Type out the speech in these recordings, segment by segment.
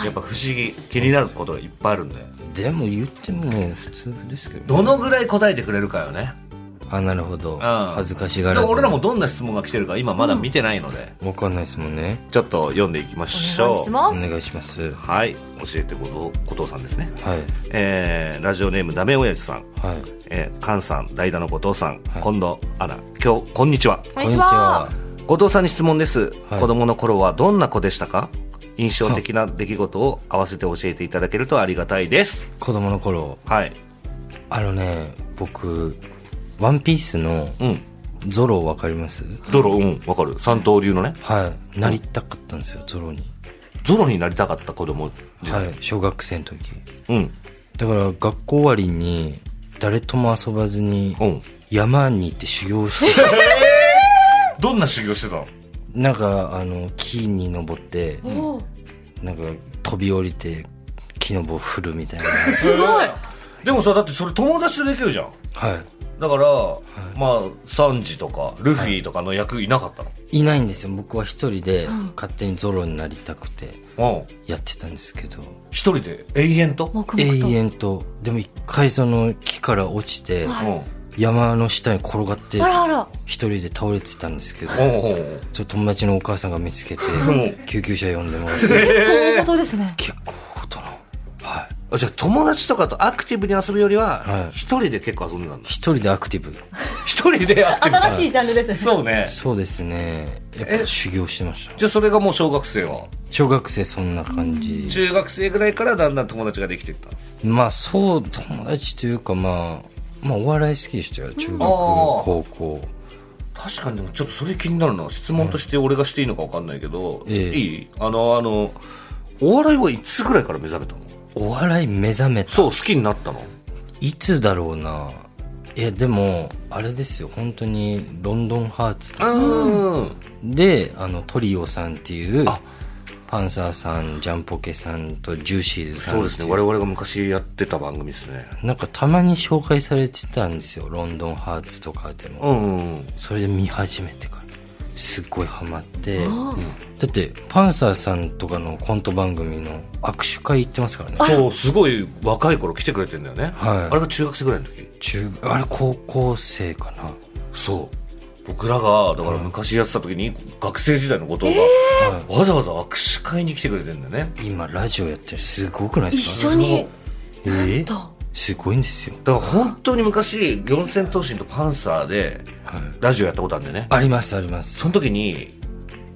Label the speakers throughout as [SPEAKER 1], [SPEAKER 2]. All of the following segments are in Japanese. [SPEAKER 1] やっぱ不思議気になることがいっぱいあるんだよ
[SPEAKER 2] でも言っても普通ですけど
[SPEAKER 1] どのぐらい答えてくれるかよね
[SPEAKER 2] あなるほど
[SPEAKER 1] ん
[SPEAKER 2] 恥ずかしが
[SPEAKER 1] だからら
[SPEAKER 2] ず
[SPEAKER 1] 俺らもどんな質問が来てるか今まだ見てないので、
[SPEAKER 2] わかんないですもんね
[SPEAKER 1] ちょっと読んでいきまし
[SPEAKER 3] お願
[SPEAKER 1] ょ
[SPEAKER 3] いうしま
[SPEAKER 2] お
[SPEAKER 3] す
[SPEAKER 2] 願いしますは
[SPEAKER 1] はい教えて後藤後藤さんですね
[SPEAKER 2] い
[SPEAKER 1] えーラジオネームダメ親父さん、
[SPEAKER 2] はい
[SPEAKER 1] えー、菅さん代打の後藤さん、
[SPEAKER 2] はい
[SPEAKER 1] 近藤アナ今日こんにちは
[SPEAKER 3] こんにちは
[SPEAKER 1] 後藤さんに質問です、
[SPEAKER 2] はい
[SPEAKER 1] 子供の頃はどんな子でしたか印象的な出来事を合わせて教えていただけるとありがたいです
[SPEAKER 2] 子供の頃
[SPEAKER 1] はい
[SPEAKER 2] あのね僕ワンピースの
[SPEAKER 1] うん
[SPEAKER 2] ゾロわかります
[SPEAKER 1] ゾロうんわかる三刀流のね
[SPEAKER 2] はいなりたかったんですよゾロに
[SPEAKER 1] ゾロになりたかった子供時代、
[SPEAKER 2] はい小学生の時
[SPEAKER 1] うん
[SPEAKER 2] だから学校終わりに誰とも遊ばずに
[SPEAKER 1] うん
[SPEAKER 2] 山に行って修行して
[SPEAKER 1] どんな修行してたの
[SPEAKER 2] なんかあの木に登ってなんか飛び降りて木の棒振るみたいな
[SPEAKER 1] すごいでもさだってそれ友達とできるじゃん
[SPEAKER 2] は
[SPEAKER 1] だから、まあサンジとかルフィとかの役いなかったの、
[SPEAKER 2] いいないんですよ僕は一人で勝手にゾロになりたくて
[SPEAKER 1] うん
[SPEAKER 2] やってたんですけど
[SPEAKER 1] 一人で永遠と
[SPEAKER 3] 黙
[SPEAKER 2] 永
[SPEAKER 3] 々と
[SPEAKER 2] 遠とでも一回その木から落ちて山の下に転がって
[SPEAKER 3] あらあら
[SPEAKER 2] 一人で倒れてたんですけど
[SPEAKER 1] うんうんうんうん
[SPEAKER 2] それ友達のお母さんが見つけて
[SPEAKER 1] うん
[SPEAKER 2] 救急車呼んでもらって
[SPEAKER 3] 大事ですね
[SPEAKER 2] 結構ことのはい
[SPEAKER 1] あじゃあ友達とかとアクティブに遊ぶより
[SPEAKER 2] は
[SPEAKER 1] はい一人で結構遊んでたんだ
[SPEAKER 2] 一人でアクティブ
[SPEAKER 1] 一人 でアクティブ
[SPEAKER 3] 新しいジャンルですね
[SPEAKER 1] そうね
[SPEAKER 2] そうですねやっぱ修行してました
[SPEAKER 1] じゃあそれがもう小学生は
[SPEAKER 2] 小学生そんな感じ
[SPEAKER 1] 中学生ぐらいからだんだん友達ができていった
[SPEAKER 2] まあそう友達というかまあまあお笑い好きでしたよ中学高校
[SPEAKER 1] 確かにでもちょっとそれ気になるな質問として俺がしていいのか分かんないけど、
[SPEAKER 2] ええ
[SPEAKER 1] いいあのあのお笑いはいつぐらいから目覚めたの
[SPEAKER 2] お笑い目覚めた
[SPEAKER 1] そう好きになったの
[SPEAKER 2] いつだろうないやでもあれですよ本当にロンドンハーツ
[SPEAKER 1] うん
[SPEAKER 2] であのトリオさんっていう
[SPEAKER 1] あ
[SPEAKER 2] パンサーさんジャンポケさんとジューシーズさん
[SPEAKER 1] そうです
[SPEAKER 2] ってい
[SPEAKER 1] ね我々が昔やってた番組ですね
[SPEAKER 2] なんかたまに紹介されてたんですよロンドンハーツとかでも
[SPEAKER 1] うんうんうん
[SPEAKER 2] それで見始めてからすっごいハマって、だってパンサーさんとかのコント番組の握手会行ってますからね
[SPEAKER 1] そうすごい若い頃来てくれてんだよね、
[SPEAKER 2] はい
[SPEAKER 1] あれが中学生ぐらいの時
[SPEAKER 2] 中あれ高校生かな
[SPEAKER 1] そう僕らがだから昔やってた時に学生時代の後藤が、わざわざ握手会に来てくれてんだよね
[SPEAKER 2] 今ラジオやってるすごくないで
[SPEAKER 3] 一
[SPEAKER 2] すか
[SPEAKER 3] 緒に
[SPEAKER 2] えーすごいんですよ
[SPEAKER 1] だから本当に昔四千頭身とパンサーでラジオやったことあるんでね、
[SPEAKER 2] ありますあります
[SPEAKER 1] その時に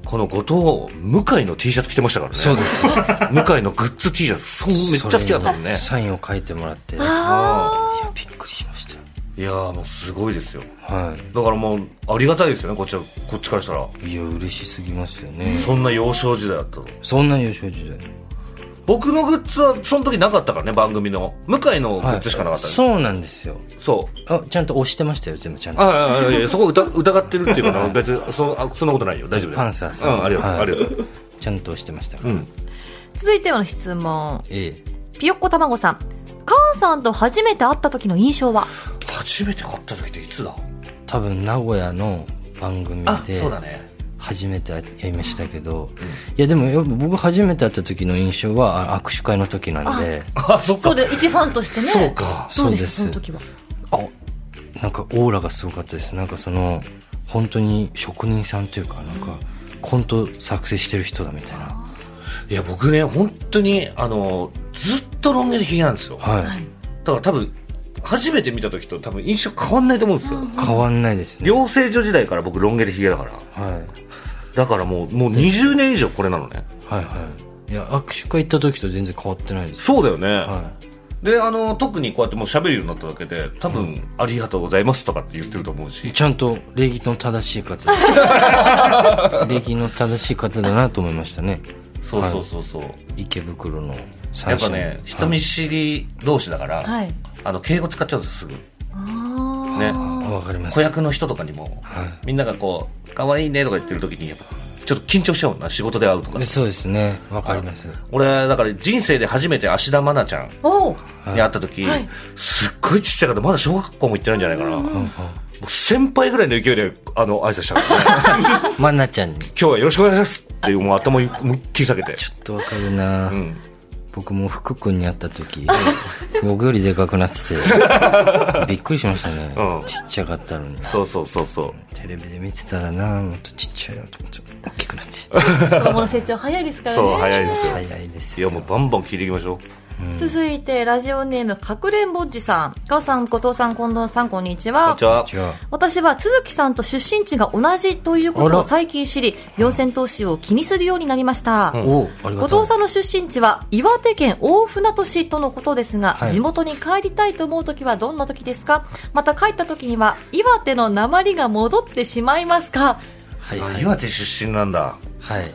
[SPEAKER 1] この後藤向井の T シャツ着てましたからね
[SPEAKER 2] そうですよ
[SPEAKER 1] 向井のグッズ T シャツそうめっちゃ好きだったもん
[SPEAKER 2] それ
[SPEAKER 1] ね
[SPEAKER 2] にサインを書いてもらっていや
[SPEAKER 1] あ
[SPEAKER 2] びっくりしましたよ
[SPEAKER 1] ーいやーもうすごいですよ
[SPEAKER 2] は
[SPEAKER 1] だからもうありがたいですよねこっちはこっちからしたら
[SPEAKER 2] いいや嬉しすぎますよね
[SPEAKER 1] そんな幼少時代だったの
[SPEAKER 2] そんな優勝時代
[SPEAKER 1] 僕のグッズはその時なかったからね番組の向井のグッズしかなかった、ね
[SPEAKER 2] そうなんですよ
[SPEAKER 1] そう
[SPEAKER 2] あちゃんと押してましたよ全部ちゃんと
[SPEAKER 1] あああい やそこ疑疑ってるっていうかな別にそあそんなことないよ大丈夫だよ
[SPEAKER 2] パンサーさん
[SPEAKER 1] うん、ありがとう、
[SPEAKER 2] はい
[SPEAKER 1] ありがとう
[SPEAKER 2] ちゃんと押してましたから、
[SPEAKER 1] うん
[SPEAKER 3] 続いての質問
[SPEAKER 2] ええ
[SPEAKER 3] ぴよっこたまごさんカンさんと初めて会った時の印象は
[SPEAKER 1] 初めて買った時っていつだ
[SPEAKER 2] 多分名古屋の番組
[SPEAKER 1] あ
[SPEAKER 2] で
[SPEAKER 1] そうだね
[SPEAKER 2] 初めてやりましたけど、いやでもやっぱ僕初めて会った時の印象はあ握手会の時なんで
[SPEAKER 1] あそっ
[SPEAKER 3] そ
[SPEAKER 1] か
[SPEAKER 3] うで、一ファンとしてね。そう
[SPEAKER 1] か
[SPEAKER 3] どうでした、そ
[SPEAKER 2] そうです
[SPEAKER 3] の時は。
[SPEAKER 2] なんかオーラがすごかったですなんかその本当に職人さんというかなんかコント作成してる人だみたいない
[SPEAKER 1] や僕ね本当にあのずっとロン毛でひげなんですよだか
[SPEAKER 2] はい、
[SPEAKER 1] ら多分初めて見た時と多分印象変わんないと思うんですよ
[SPEAKER 2] 変わんないですね
[SPEAKER 1] 養成所時代から僕ロン毛でひげだから
[SPEAKER 2] はい
[SPEAKER 1] だからもうもう20年以上これなのね
[SPEAKER 2] はいはいいや握手会行った時と全然変わってないです
[SPEAKER 1] そうだよね、
[SPEAKER 2] は
[SPEAKER 1] であの特にこうやってもう喋るようになっただけで多分、ありがとうございますとかって言ってると思うし
[SPEAKER 2] いちゃんと礼儀の正しい方 礼儀の正しい方だなと思いましたね
[SPEAKER 1] そうそうそうそう、
[SPEAKER 2] 池袋の
[SPEAKER 1] や
[SPEAKER 2] 三
[SPEAKER 1] っ
[SPEAKER 2] 社
[SPEAKER 1] ぱ
[SPEAKER 2] の
[SPEAKER 1] ね人見知り同士だから、
[SPEAKER 3] はい。
[SPEAKER 1] あの敬語使っちゃうんですすぐ
[SPEAKER 3] あ
[SPEAKER 1] ね
[SPEAKER 2] はいわかります
[SPEAKER 1] 子役の人とかにも、みんながこう可愛いねとか言ってる時にやっぱちょっと緊張しちゃうもんな仕事で会うとか
[SPEAKER 2] そうですねわかります
[SPEAKER 1] 俺だから人生で初めて芦田愛菜ちゃん
[SPEAKER 3] あ。おう。
[SPEAKER 1] に会った時、すっごいちっちゃかったまだ小学校も行ってないんじゃないかな、僕先輩ぐらいの勢いであの挨拶したからね
[SPEAKER 2] マナちゃんに
[SPEAKER 1] 今日はよろしくお願いしますっていうもう頭を思いっきり下げ て
[SPEAKER 2] ちょっとわかるな、僕も福君に会った 時僕よりでかくなっててびっくりしましたね、
[SPEAKER 1] うん
[SPEAKER 2] ちっちゃかったのに
[SPEAKER 1] そうそうそうそう
[SPEAKER 2] テレビで見てたらなもっとちっちゃいなと思って大きくなって
[SPEAKER 3] 子供の成長早いですからね。
[SPEAKER 1] そう早いですよ
[SPEAKER 2] 早いです
[SPEAKER 1] いやもうバンバン聞いていきましょ
[SPEAKER 3] 続いて、ラジオネーム、かくれんぼっちさん。かおさん、後藤さん、近藤さん、こんにち
[SPEAKER 1] うこん
[SPEAKER 3] は
[SPEAKER 1] にち。は
[SPEAKER 2] じゃあ
[SPEAKER 3] 私は都築さんと出身地が同じというこ
[SPEAKER 2] あ
[SPEAKER 3] とを
[SPEAKER 2] ら
[SPEAKER 3] 最近知り、四千頭身を気にするようになりました。
[SPEAKER 2] おありがと
[SPEAKER 3] 後
[SPEAKER 2] う
[SPEAKER 3] 藤さんの出身地は岩手県大船渡市とのことですが、
[SPEAKER 2] はい
[SPEAKER 3] 地元に帰りたいと思うときはどんなときですかまた帰ったときには岩手の鉛が戻ってしまいますか
[SPEAKER 2] はい
[SPEAKER 1] あ
[SPEAKER 2] はい、
[SPEAKER 1] 岩手出身なんだ
[SPEAKER 2] はい、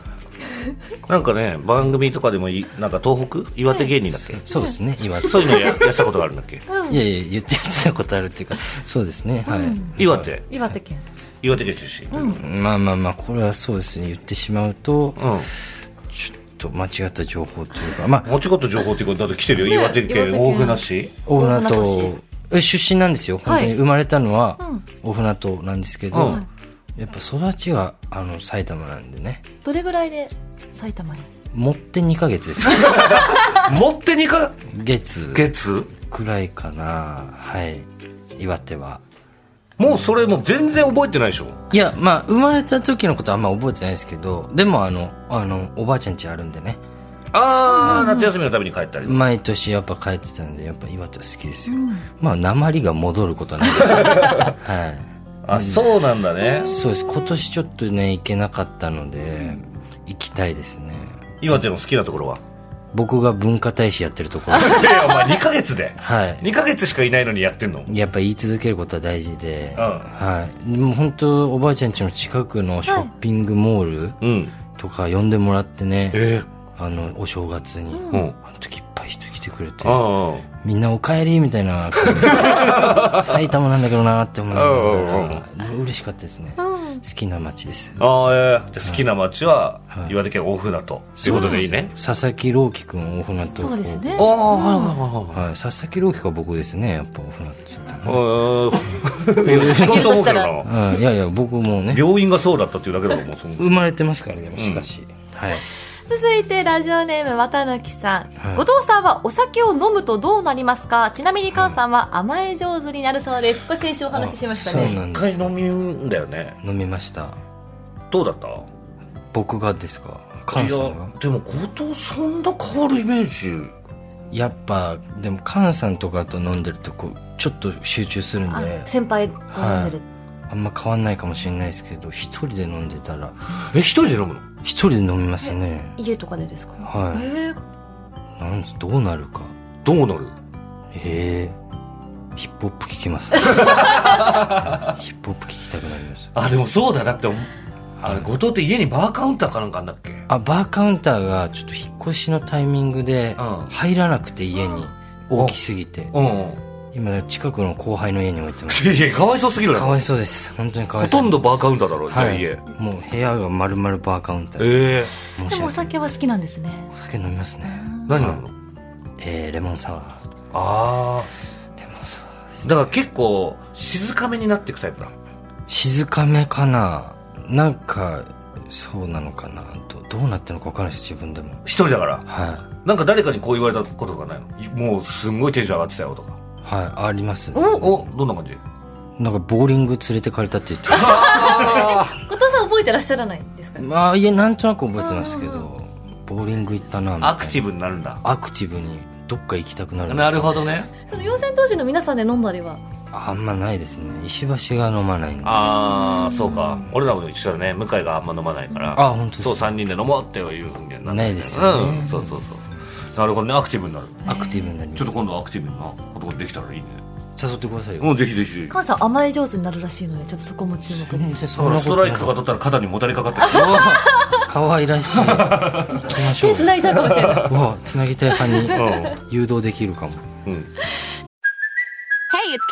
[SPEAKER 1] なんかね番組とかでもいなんか東北岩手芸人だっけ、
[SPEAKER 2] そうですね岩手
[SPEAKER 1] そういう のややったことがあるんだっけ
[SPEAKER 2] いやいや言ってやってたことあるっていうかそうですねはい、
[SPEAKER 1] 岩手
[SPEAKER 3] 岩手県。
[SPEAKER 1] 岩手県出身うん、
[SPEAKER 2] まあまあまあこれはそうですね言ってしまうとちょっと間違った情報というかまあ
[SPEAKER 1] もうちょこっと情報っていうことだと来てるよ、
[SPEAKER 3] ね
[SPEAKER 1] 岩手県
[SPEAKER 3] 岩手県
[SPEAKER 1] 大船 市
[SPEAKER 2] 大船
[SPEAKER 3] 大船
[SPEAKER 2] 渡え出身なんですよ本当
[SPEAKER 3] は
[SPEAKER 2] に
[SPEAKER 3] い
[SPEAKER 2] 生まれたのは大船渡なんですけど、
[SPEAKER 1] うん
[SPEAKER 2] やっぱ育ちがあの埼玉なんでね
[SPEAKER 3] どれぐらいで埼玉に
[SPEAKER 2] 持って2ヶ月です
[SPEAKER 1] 持って2か
[SPEAKER 2] 月
[SPEAKER 1] 月
[SPEAKER 2] くらいかなはい岩手は
[SPEAKER 1] もうそれもう全然覚えてないでしょ
[SPEAKER 2] いやまあ生まれた時のことはあんま覚えてないですけどでもあのあのおばあちゃん家あるんでね
[SPEAKER 1] ああ、夏休みのために帰ったり、
[SPEAKER 2] 毎年やっぱ帰ってたんでやっぱ岩手は好きですよ、まあ鉛が戻ることはないですねはい
[SPEAKER 1] あそうなんだね
[SPEAKER 2] そうです今年ちょっとね行けなかったので行きたいですね
[SPEAKER 1] 岩手の好きなところ は
[SPEAKER 2] 僕が文化大使やってるところ
[SPEAKER 1] いやいやお前2ヶ月で
[SPEAKER 2] はい
[SPEAKER 1] 2ヶ月しかいないのにやってんの
[SPEAKER 2] やっぱ言い続けることは大事で、
[SPEAKER 1] うん
[SPEAKER 2] はいもう本当おばあちゃん家の近くのショッピングモール
[SPEAKER 1] うん
[SPEAKER 2] とか呼んでもらってね、
[SPEAKER 1] え
[SPEAKER 2] あのお正月に、
[SPEAKER 1] えうん
[SPEAKER 2] あの時いっぱい人来てくれて
[SPEAKER 1] ああ
[SPEAKER 2] みんなお帰りみたいな感じで埼玉なんだけどなって思いながらで嬉しかったですね、好きな街です
[SPEAKER 1] ああ、ええじゃあ好きな町は岩手県大船渡ということでいいね。
[SPEAKER 2] 佐々木朗希君大船渡
[SPEAKER 3] そうですね
[SPEAKER 1] ああ、は
[SPEAKER 2] はい、佐々木朗希が僕ですね、やっぱお船って言った
[SPEAKER 1] いはいはい。うん。仕事思うけどな。
[SPEAKER 2] らうんいやいや、僕もね、
[SPEAKER 1] 病院がそうだったっていうだけだからもうその。
[SPEAKER 2] 生まれてますからね、でもしかし。はい。
[SPEAKER 3] 続いてラジオネーム綿貫さん、
[SPEAKER 2] はい
[SPEAKER 3] 後藤さんはお酒を飲むとどうなりますかちなみに菅さんは甘え上手になるそうですこれ先週お話ししました
[SPEAKER 2] そう
[SPEAKER 3] ね
[SPEAKER 2] なん
[SPEAKER 1] 一
[SPEAKER 2] で
[SPEAKER 1] 回
[SPEAKER 2] す。
[SPEAKER 1] 飲みんだよね。
[SPEAKER 2] 飲みました。
[SPEAKER 1] どうだった
[SPEAKER 2] 僕がですか菅
[SPEAKER 1] い
[SPEAKER 2] さ
[SPEAKER 1] や
[SPEAKER 2] んが、
[SPEAKER 1] でも後藤さんと変わるイメージ。
[SPEAKER 2] やっぱ、でも菅さんとかと飲んでると、こう、ちょっと集中するん
[SPEAKER 3] あ
[SPEAKER 2] で、
[SPEAKER 3] 先輩と飲んでる、
[SPEAKER 2] あんま変わんないかもしれないですけど、一人で飲んでたら、
[SPEAKER 1] え、一人で飲むの
[SPEAKER 2] 一人で飲みますね。
[SPEAKER 3] 家とかでですか、
[SPEAKER 2] はい
[SPEAKER 3] えー
[SPEAKER 2] なんすどうなるか。
[SPEAKER 1] どうなる
[SPEAKER 2] へえ。ヒップホップ聞き ます。ヒップホップ聞きたくなりました。
[SPEAKER 1] あ、でもそうだ。だって、あれ、後藤って家にバーカウンターかなんかあんだっけ
[SPEAKER 2] あバーカウンターがちょっと引っ越しのタイミングで
[SPEAKER 1] うん
[SPEAKER 2] 入らなくて家に大きすぎて
[SPEAKER 1] うん。
[SPEAKER 2] 今近くの後輩の家に置いてます
[SPEAKER 1] いや、かわ いそうすぎるだ
[SPEAKER 2] か
[SPEAKER 1] ろ。
[SPEAKER 2] わいそうです本当にかわ
[SPEAKER 1] ほ
[SPEAKER 2] いそう
[SPEAKER 1] とんどバーカウンターだろ、じゃあ
[SPEAKER 2] はい
[SPEAKER 1] 家。
[SPEAKER 2] もう部屋が丸々バーカウンターで
[SPEAKER 1] ええ。
[SPEAKER 2] 申
[SPEAKER 3] で
[SPEAKER 2] し
[SPEAKER 3] もお
[SPEAKER 2] 訳ない
[SPEAKER 3] 酒は好きなんですね
[SPEAKER 2] お酒飲みますね
[SPEAKER 1] 何飲むの
[SPEAKER 2] えー、レモンサワー
[SPEAKER 1] ああ。
[SPEAKER 2] レモンサワーです
[SPEAKER 1] だから結構静かめになっていくタイプだ
[SPEAKER 2] 静かめかななんかそうなのかなどどうなってるのか分からないです自分でも
[SPEAKER 1] 一人だから
[SPEAKER 2] はい
[SPEAKER 1] なんか誰かにこう言われたこととかないのいもうすんごいテンション上がってたよとか
[SPEAKER 2] はいありますね
[SPEAKER 1] おどんな感じ
[SPEAKER 2] なんかボーリング連れてかれたって言って
[SPEAKER 3] 後藤さん覚えてらっしゃらないんですかね
[SPEAKER 2] まあいやなんとなく覚えてますけどボーリング行ったなみたいな
[SPEAKER 1] アクティブになるんだ
[SPEAKER 2] アクティブにどっか行きたくなるんです
[SPEAKER 1] なるほどね
[SPEAKER 3] その四千頭身の皆さんで飲んだりは
[SPEAKER 2] あんまないですね石橋が飲まないんで
[SPEAKER 1] ああそうか俺らも一緒だね向井があんま飲まないから
[SPEAKER 2] あ本当です
[SPEAKER 1] そう3人で飲もうっていうふうにはなら
[SPEAKER 2] ないですよね
[SPEAKER 1] うんそうそうそうなるほどねアクティブになる
[SPEAKER 2] アクティブになりま
[SPEAKER 1] ち
[SPEAKER 2] す
[SPEAKER 1] ょっと今度アクティブな男できたらいいね
[SPEAKER 2] 誘ってくださいよ
[SPEAKER 1] もうぜひぜひ
[SPEAKER 3] 菅さん甘え上手になるらしいのでちょっとそこも注目で
[SPEAKER 2] 全然そ
[SPEAKER 1] だ
[SPEAKER 2] ん
[SPEAKER 1] か
[SPEAKER 2] な
[SPEAKER 1] ら
[SPEAKER 2] こ
[SPEAKER 1] スト
[SPEAKER 2] な
[SPEAKER 1] ライ
[SPEAKER 2] い
[SPEAKER 1] クとか取ったら肩にもたれかかったりして
[SPEAKER 2] うわ可愛らし い行きましょ
[SPEAKER 3] 手
[SPEAKER 2] う
[SPEAKER 3] 繋いじゃうかもしれないう
[SPEAKER 2] わつなぎたい派
[SPEAKER 1] う
[SPEAKER 2] に誘導できるかも
[SPEAKER 1] うん、
[SPEAKER 4] Hey, it's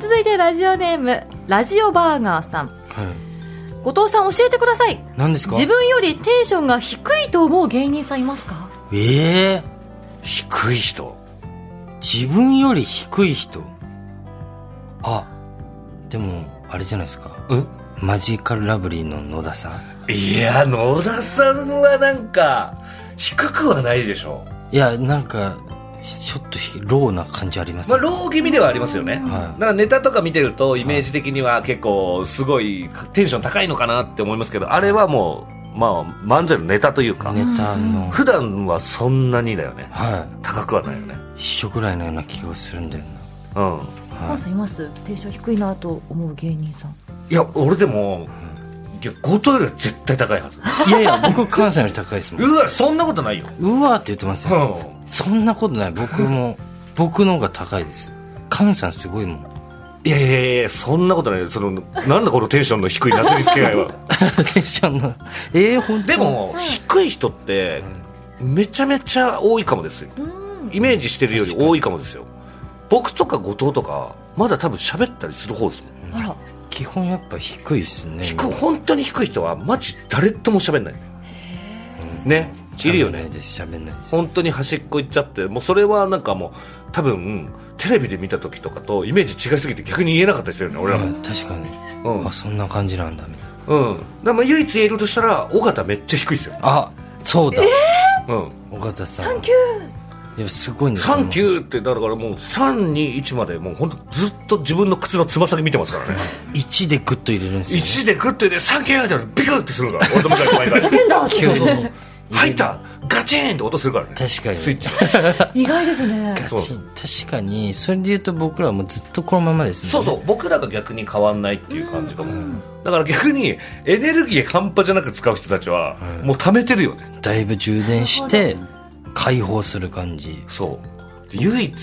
[SPEAKER 3] 続いてラジオネームラジオバーガーさん
[SPEAKER 2] はい
[SPEAKER 3] 後藤さん教えてください
[SPEAKER 2] 何ですか
[SPEAKER 3] 自分よりテンションが低いと思う芸人さんいますか
[SPEAKER 2] ええ
[SPEAKER 1] 低い人
[SPEAKER 2] 自分より低い人あでもあれじゃないですか
[SPEAKER 1] うん
[SPEAKER 2] マジカルラブリーの野田さん
[SPEAKER 1] いや野田さんはなんか低くはないでしょ
[SPEAKER 2] いやなんかちょっとひローな感じあります
[SPEAKER 1] まあ、
[SPEAKER 2] ね、
[SPEAKER 1] ロー気味ではありますよね、
[SPEAKER 2] はい
[SPEAKER 1] だからネタとか見てるとイメージ的には結構すごいテンション高いのかなって思いますけどあれはもう、まあ、漫才のネタというか、
[SPEAKER 2] ネタの、
[SPEAKER 1] 普段はそんなにだよね
[SPEAKER 2] は
[SPEAKER 1] 高くはないよね
[SPEAKER 2] い一緒ぐらいのような気がするんだよな
[SPEAKER 1] うん
[SPEAKER 3] 菅さんいますテンション低いなと思う芸人さん
[SPEAKER 1] いや俺でもいや後藤よりは絶対高いはず
[SPEAKER 2] いやいや僕関西より高いですもん
[SPEAKER 1] うわそんなことないよ
[SPEAKER 2] うわーって言ってます
[SPEAKER 1] う
[SPEAKER 2] よそんなことない僕も僕の方が高いです菅さんすごいもん
[SPEAKER 1] んいやいやいやそんなことないそのなんだこのテンションの低いなすりつけ合いは
[SPEAKER 2] テンションのええ本当
[SPEAKER 1] でも低い人ってめちゃめちゃ多いかもですよイメージしてるより多いかもですよ僕とか後藤とかまだ多分喋ったりする方ですもん
[SPEAKER 3] あら
[SPEAKER 2] 基本やっぱ低いっすね
[SPEAKER 1] 低い本当に低い人はマジ誰とも喋んないねいるよね
[SPEAKER 2] 喋んないです喋んないです
[SPEAKER 1] 本当に端っこ行っちゃってもうそれはなんかもう多分テレビで見た時とかとイメージ違いすぎて逆に言えなかったですよね俺らも、うん
[SPEAKER 2] 確かに、
[SPEAKER 1] うん
[SPEAKER 2] あそんな感じなんだみたいな
[SPEAKER 1] だからまあ唯一言えるとしたら尾形めっちゃ低いですよ、
[SPEAKER 2] あそうだ
[SPEAKER 1] うん、
[SPEAKER 2] 尾形さんサンキューいやすごいんですよ
[SPEAKER 1] 3級ってだからもう321までもう本当ずっと自分の靴のつま先見てますからね
[SPEAKER 2] 1でグッと入れるんですよ
[SPEAKER 1] 1でグッてで3級ってビクってするから俺と向かいの前が
[SPEAKER 3] 変だ
[SPEAKER 2] 急に
[SPEAKER 1] 入ったガチーンって音するからね
[SPEAKER 2] 確かに
[SPEAKER 1] スイッチ
[SPEAKER 3] 意外ですね
[SPEAKER 1] そう
[SPEAKER 2] 確かにそれで言うと僕らはもうずっとこのままですね
[SPEAKER 1] そうそう僕らが逆に変わんないっていう感じかも、だから逆にエネルギー半端じゃなく使う人たちは、もう溜めてるよね
[SPEAKER 2] だいぶ充電して解放する感じ
[SPEAKER 1] そうで唯一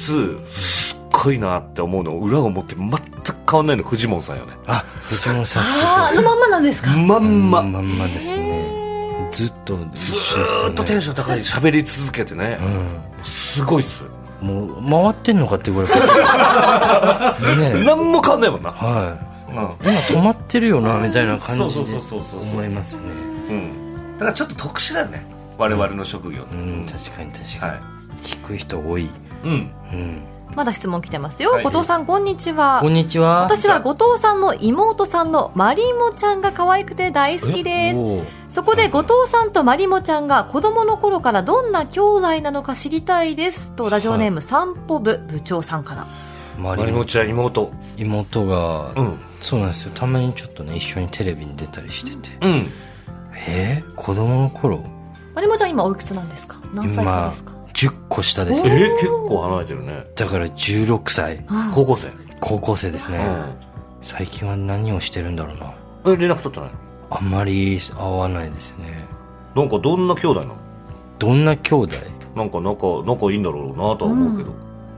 [SPEAKER 1] すっごいなって思うの裏を持って全く変わんないのフジモンさんよね
[SPEAKER 2] あ藤本さんす
[SPEAKER 3] ああのまんまなんですか
[SPEAKER 1] ま
[SPEAKER 2] ご
[SPEAKER 1] んま、
[SPEAKER 2] いまんまですねずっとず
[SPEAKER 1] ずーっとテンション高い喋り続けてね、すごいっす、
[SPEAKER 2] もう回ってんのかって ぐらいねえ
[SPEAKER 1] 何も変わんないもんな、
[SPEAKER 2] は
[SPEAKER 1] うん
[SPEAKER 2] い今止まってるよなみたいな感じ
[SPEAKER 1] そう
[SPEAKER 2] で
[SPEAKER 1] そうそうそうそう
[SPEAKER 2] 思いますね
[SPEAKER 1] うん、だからちょっと特殊だよね我々の職業って、
[SPEAKER 2] うん確かに確かに、
[SPEAKER 1] はい
[SPEAKER 2] 低い人多い
[SPEAKER 1] うん
[SPEAKER 2] うん
[SPEAKER 3] まだ質問来てますよ、
[SPEAKER 1] はい
[SPEAKER 3] 後藤さんこんにちは
[SPEAKER 2] こんにちは
[SPEAKER 3] 私は後藤さんの妹さんのまりもちゃんが可愛くて大好きで
[SPEAKER 2] え
[SPEAKER 3] す
[SPEAKER 2] おー
[SPEAKER 3] そこで後藤さんとまりもちゃんが子供の頃からどんな兄弟なのか知りたいですとラジオネーム散歩部部長さんから
[SPEAKER 2] マ
[SPEAKER 1] まり
[SPEAKER 2] リ
[SPEAKER 1] も
[SPEAKER 2] モ
[SPEAKER 1] ちゃん妹
[SPEAKER 2] 妹が、
[SPEAKER 1] うん
[SPEAKER 2] そうなんですよたまにちょっとね一緒にテレビに出たりしてて、
[SPEAKER 1] うん
[SPEAKER 2] えー、子供の頃
[SPEAKER 3] まりもちゃん今おいくつなんですか何歳差
[SPEAKER 2] 今
[SPEAKER 3] ですか
[SPEAKER 2] 10個下です
[SPEAKER 1] え
[SPEAKER 2] よ
[SPEAKER 1] 結構離れてるね
[SPEAKER 2] だから16歳
[SPEAKER 1] 高校生
[SPEAKER 2] 高校生ですね、
[SPEAKER 1] う
[SPEAKER 2] 最近は何をしてるんだろうなん
[SPEAKER 1] え連絡取ってない
[SPEAKER 2] あんまり会わないですね
[SPEAKER 1] なんかどんな兄弟なの
[SPEAKER 2] どんな兄弟
[SPEAKER 1] なんか仲仲いいんだろうなとは思うけど、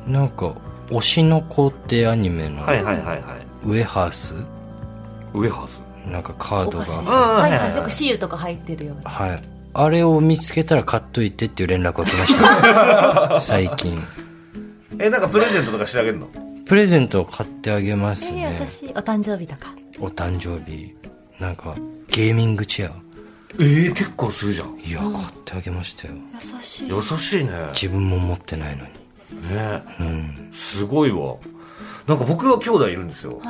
[SPEAKER 2] なんか「推しの子」ってアニメの
[SPEAKER 1] はいはいはいはい
[SPEAKER 2] ウエハース
[SPEAKER 1] ウエハース
[SPEAKER 2] なんかカー
[SPEAKER 3] お
[SPEAKER 2] ド
[SPEAKER 3] 菓子
[SPEAKER 2] が
[SPEAKER 3] はいはいよくシールとか入ってるような
[SPEAKER 2] はいあれを見つけたら買っといてっていう連絡が来ました 最近
[SPEAKER 1] えなんかプレゼントとかしてあげるの
[SPEAKER 2] プレゼントを買ってあげます
[SPEAKER 3] え
[SPEAKER 2] ね
[SPEAKER 3] 優しいお誕生日とか
[SPEAKER 2] お誕生日なんかゲーミングチェア
[SPEAKER 1] ええ結構するじゃん
[SPEAKER 2] いや買ってあげましたよ
[SPEAKER 3] 優しい
[SPEAKER 1] 優しいね
[SPEAKER 2] 自分も持ってないのに
[SPEAKER 1] ね、すごいわなんか僕は兄弟いるんですよ、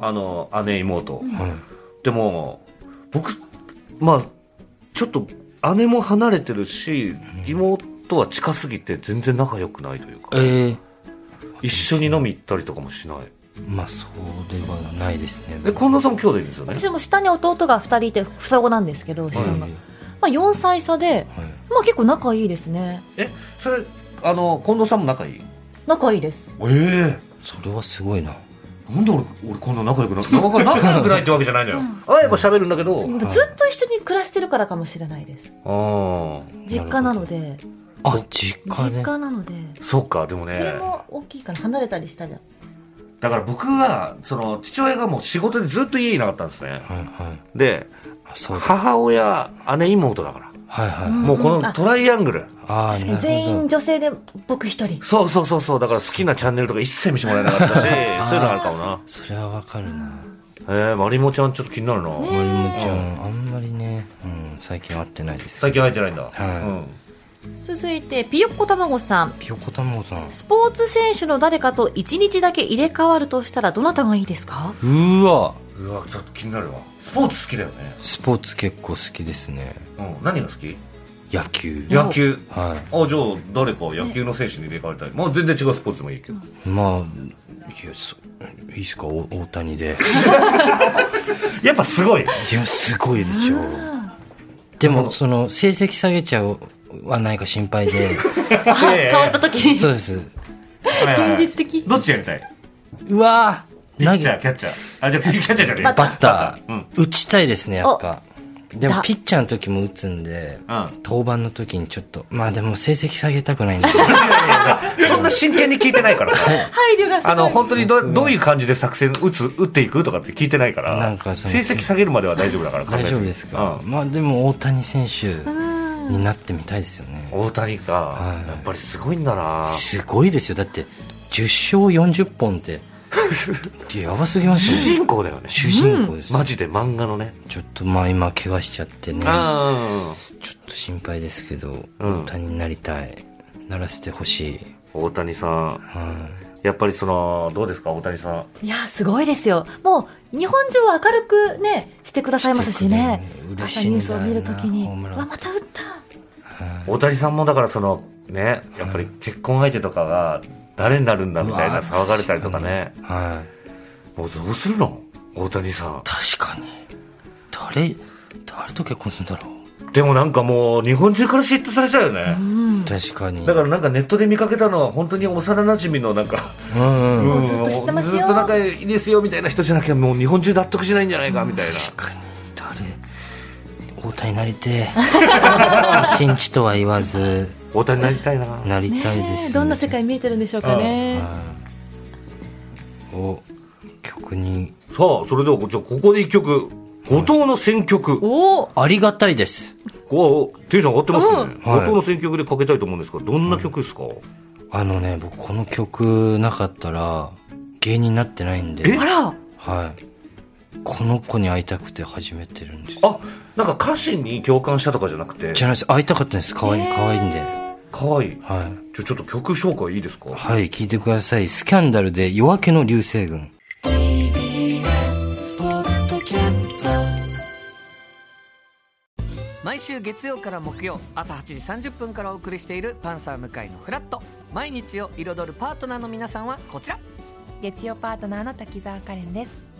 [SPEAKER 1] あの姉妹、でも僕まあちょっと姉も離れてるし、妹は近すぎて全然仲良くないというか
[SPEAKER 2] ええ
[SPEAKER 1] 一緒に飲み行ったりとかもしない
[SPEAKER 2] まあそうではないですね
[SPEAKER 1] え近藤さんも兄弟いるんですよね
[SPEAKER 3] 私も下に弟が2人いて双子なんですけど下が、まあ、4歳差で、まあ結構仲いいですね
[SPEAKER 1] えそれあの近藤さんも仲いい
[SPEAKER 3] 仲いいです
[SPEAKER 1] ええ
[SPEAKER 2] それはすごいな
[SPEAKER 1] なんで俺俺こんな仲良くな仲仲良くないってわけじゃないのよ、会えば喋るんだけど、あ
[SPEAKER 3] ずっと一緒に暮らしてるからかもしれないです
[SPEAKER 1] あ
[SPEAKER 3] 実家なので
[SPEAKER 2] あ実家
[SPEAKER 3] 実
[SPEAKER 2] で
[SPEAKER 3] 家なので
[SPEAKER 1] そっかでもね
[SPEAKER 3] それも大きいから離れたりしたら
[SPEAKER 1] だから僕はその父親がもう仕事でずっと家にいなかったんですね、
[SPEAKER 2] はいはい
[SPEAKER 1] で
[SPEAKER 2] あそうだ
[SPEAKER 1] 母親姉妹だから、
[SPEAKER 2] はいはい、
[SPEAKER 1] もうこのトライアングル
[SPEAKER 2] ああな
[SPEAKER 3] 確か
[SPEAKER 2] る
[SPEAKER 3] に
[SPEAKER 2] ほ
[SPEAKER 3] 全員
[SPEAKER 2] ど
[SPEAKER 3] 女性で僕一人
[SPEAKER 1] そうそうそうそうだから好きなチャンネルとか一切見せてもらえなかったしそういうのあるかもな
[SPEAKER 2] それはわかるな
[SPEAKER 1] えー、まりもちゃんちょっと気になるな、
[SPEAKER 2] まりもちゃんあんまりね、うん、最近会ってないです
[SPEAKER 1] 最近会えてないんだ、
[SPEAKER 2] はい
[SPEAKER 3] 続いてピヨッコたまごさん
[SPEAKER 2] ひよこたまごさん
[SPEAKER 3] スポーツ選手の誰かと1日だけ入れ替わるとしたらどなたがいいですか
[SPEAKER 2] うーわ
[SPEAKER 1] うん、うわちょっと気になるわスポーツ好きだよね、
[SPEAKER 2] スポーツ結構好きですね
[SPEAKER 1] うん、何が好き
[SPEAKER 2] 野球
[SPEAKER 1] 野球
[SPEAKER 2] は
[SPEAKER 1] あじゃあ誰か野球の選手に入れ替わりたい、まあ、全然違うスポーツでもいいけど、
[SPEAKER 2] いまあいやそいいっすかお大谷で
[SPEAKER 1] やっぱす ごい
[SPEAKER 2] いやすごいでしょでもその成績下げちゃうはないか心配で
[SPEAKER 3] あ変わった時に
[SPEAKER 2] そうです
[SPEAKER 3] 現実的
[SPEAKER 1] どっちやりたいう
[SPEAKER 2] わ
[SPEAKER 1] ピ
[SPEAKER 2] 投
[SPEAKER 1] ッチ
[SPEAKER 2] げ
[SPEAKER 1] ャー、キャッチャー。あ、じゃあ、キャッチャーじゃねえ。
[SPEAKER 3] バ
[SPEAKER 2] バッター、打ちたいですねやっぱでも
[SPEAKER 3] だ
[SPEAKER 2] ピッチャーの時も打つんで、
[SPEAKER 1] うん
[SPEAKER 2] 登板の時にちょっとまあでも成績下げたくないんで
[SPEAKER 1] そんな真剣に聞いてないからさ。
[SPEAKER 3] 配慮がすごい
[SPEAKER 1] あの、本当にどどういう感じで作戦打つ、打っていくとかって聞いてないから、
[SPEAKER 2] なんかその
[SPEAKER 1] 成績下げるまでは大丈夫だから、考
[SPEAKER 2] 大
[SPEAKER 1] えずに
[SPEAKER 2] 丈夫ですか、
[SPEAKER 1] うん
[SPEAKER 2] まあでも大谷選手になってみたいですよね
[SPEAKER 1] 大谷か
[SPEAKER 2] は、い
[SPEAKER 1] やっぱりすごいんだな
[SPEAKER 2] すごいですよだって10勝40本って いややばすぎます
[SPEAKER 1] 主
[SPEAKER 2] よね
[SPEAKER 1] 人公だよね。
[SPEAKER 2] 主人公です、
[SPEAKER 1] マジで漫画のね。
[SPEAKER 2] ちょっとまあ今怪我しちゃってねちょっ
[SPEAKER 1] あ
[SPEAKER 2] と心配ですけど、
[SPEAKER 1] うん
[SPEAKER 2] 大谷になりたいならせてほしい
[SPEAKER 1] ー大谷さん。
[SPEAKER 2] はい
[SPEAKER 1] やっぱりその、どうですか、大谷さん。
[SPEAKER 3] いやすごいですよもう日本中を明るくねしてくださいますしね
[SPEAKER 2] してくれる嬉
[SPEAKER 3] 朝
[SPEAKER 2] しいんだ
[SPEAKER 3] ニ
[SPEAKER 2] よな
[SPEAKER 3] ュースを見るときに
[SPEAKER 2] ホームラン
[SPEAKER 3] わまた打った
[SPEAKER 1] 大谷さんもだからその、ね、やっぱり結婚相手とかが、誰になるんだみたいうな
[SPEAKER 2] わ
[SPEAKER 1] 騒がれたりとかね。
[SPEAKER 2] はい
[SPEAKER 1] もうどうするの大谷さん。
[SPEAKER 2] 確かに誰誰と結婚するんだろう、
[SPEAKER 1] でもなんかもう日本中から嫉妬されちゃうよね、
[SPEAKER 2] 確かに
[SPEAKER 1] だからなんかネットで見かけたのは本当に幼なじみのなんか、
[SPEAKER 2] うんうん
[SPEAKER 1] うん
[SPEAKER 3] ずっと知ってますよ
[SPEAKER 1] ずっと仲いいですよみたいな人じゃなきゃもう日本中納得しないんじゃないかみたいな、
[SPEAKER 2] 確かに誰大谷なりてえ 一日とは言わず
[SPEAKER 1] 大谷になりたいな、
[SPEAKER 2] なりたいです、
[SPEAKER 3] ねえどんな世界見えてるんでしょうかね
[SPEAKER 2] はいお曲に
[SPEAKER 1] さあそれではじゃあここで一曲後藤の選曲、
[SPEAKER 3] おお
[SPEAKER 2] ありがたいです
[SPEAKER 1] こうテンション上がってますね、
[SPEAKER 2] うんはい
[SPEAKER 1] 後藤の選曲でかけたいと思うんですがどんな曲ですか、
[SPEAKER 2] あのね僕この曲なかったら芸人になってないんで
[SPEAKER 3] あら
[SPEAKER 2] はいこの子に会いたくて始めてるんです
[SPEAKER 1] あなんか歌詞に共感したとかじゃなくて
[SPEAKER 2] じゃないです会いたかったんです可愛い可愛いんで
[SPEAKER 1] 可愛いい
[SPEAKER 2] はい
[SPEAKER 1] ちょちょっと曲紹介いいですか
[SPEAKER 2] はい聞いてくださいスキャンダルで夜明けの流星群
[SPEAKER 5] 毎週月曜から木曜朝8時30分からお送りしている「パンサー向井のフラット」毎日を彩るパートナーの皆さんはこちら
[SPEAKER 6] 月曜パートナーの滝沢カレンです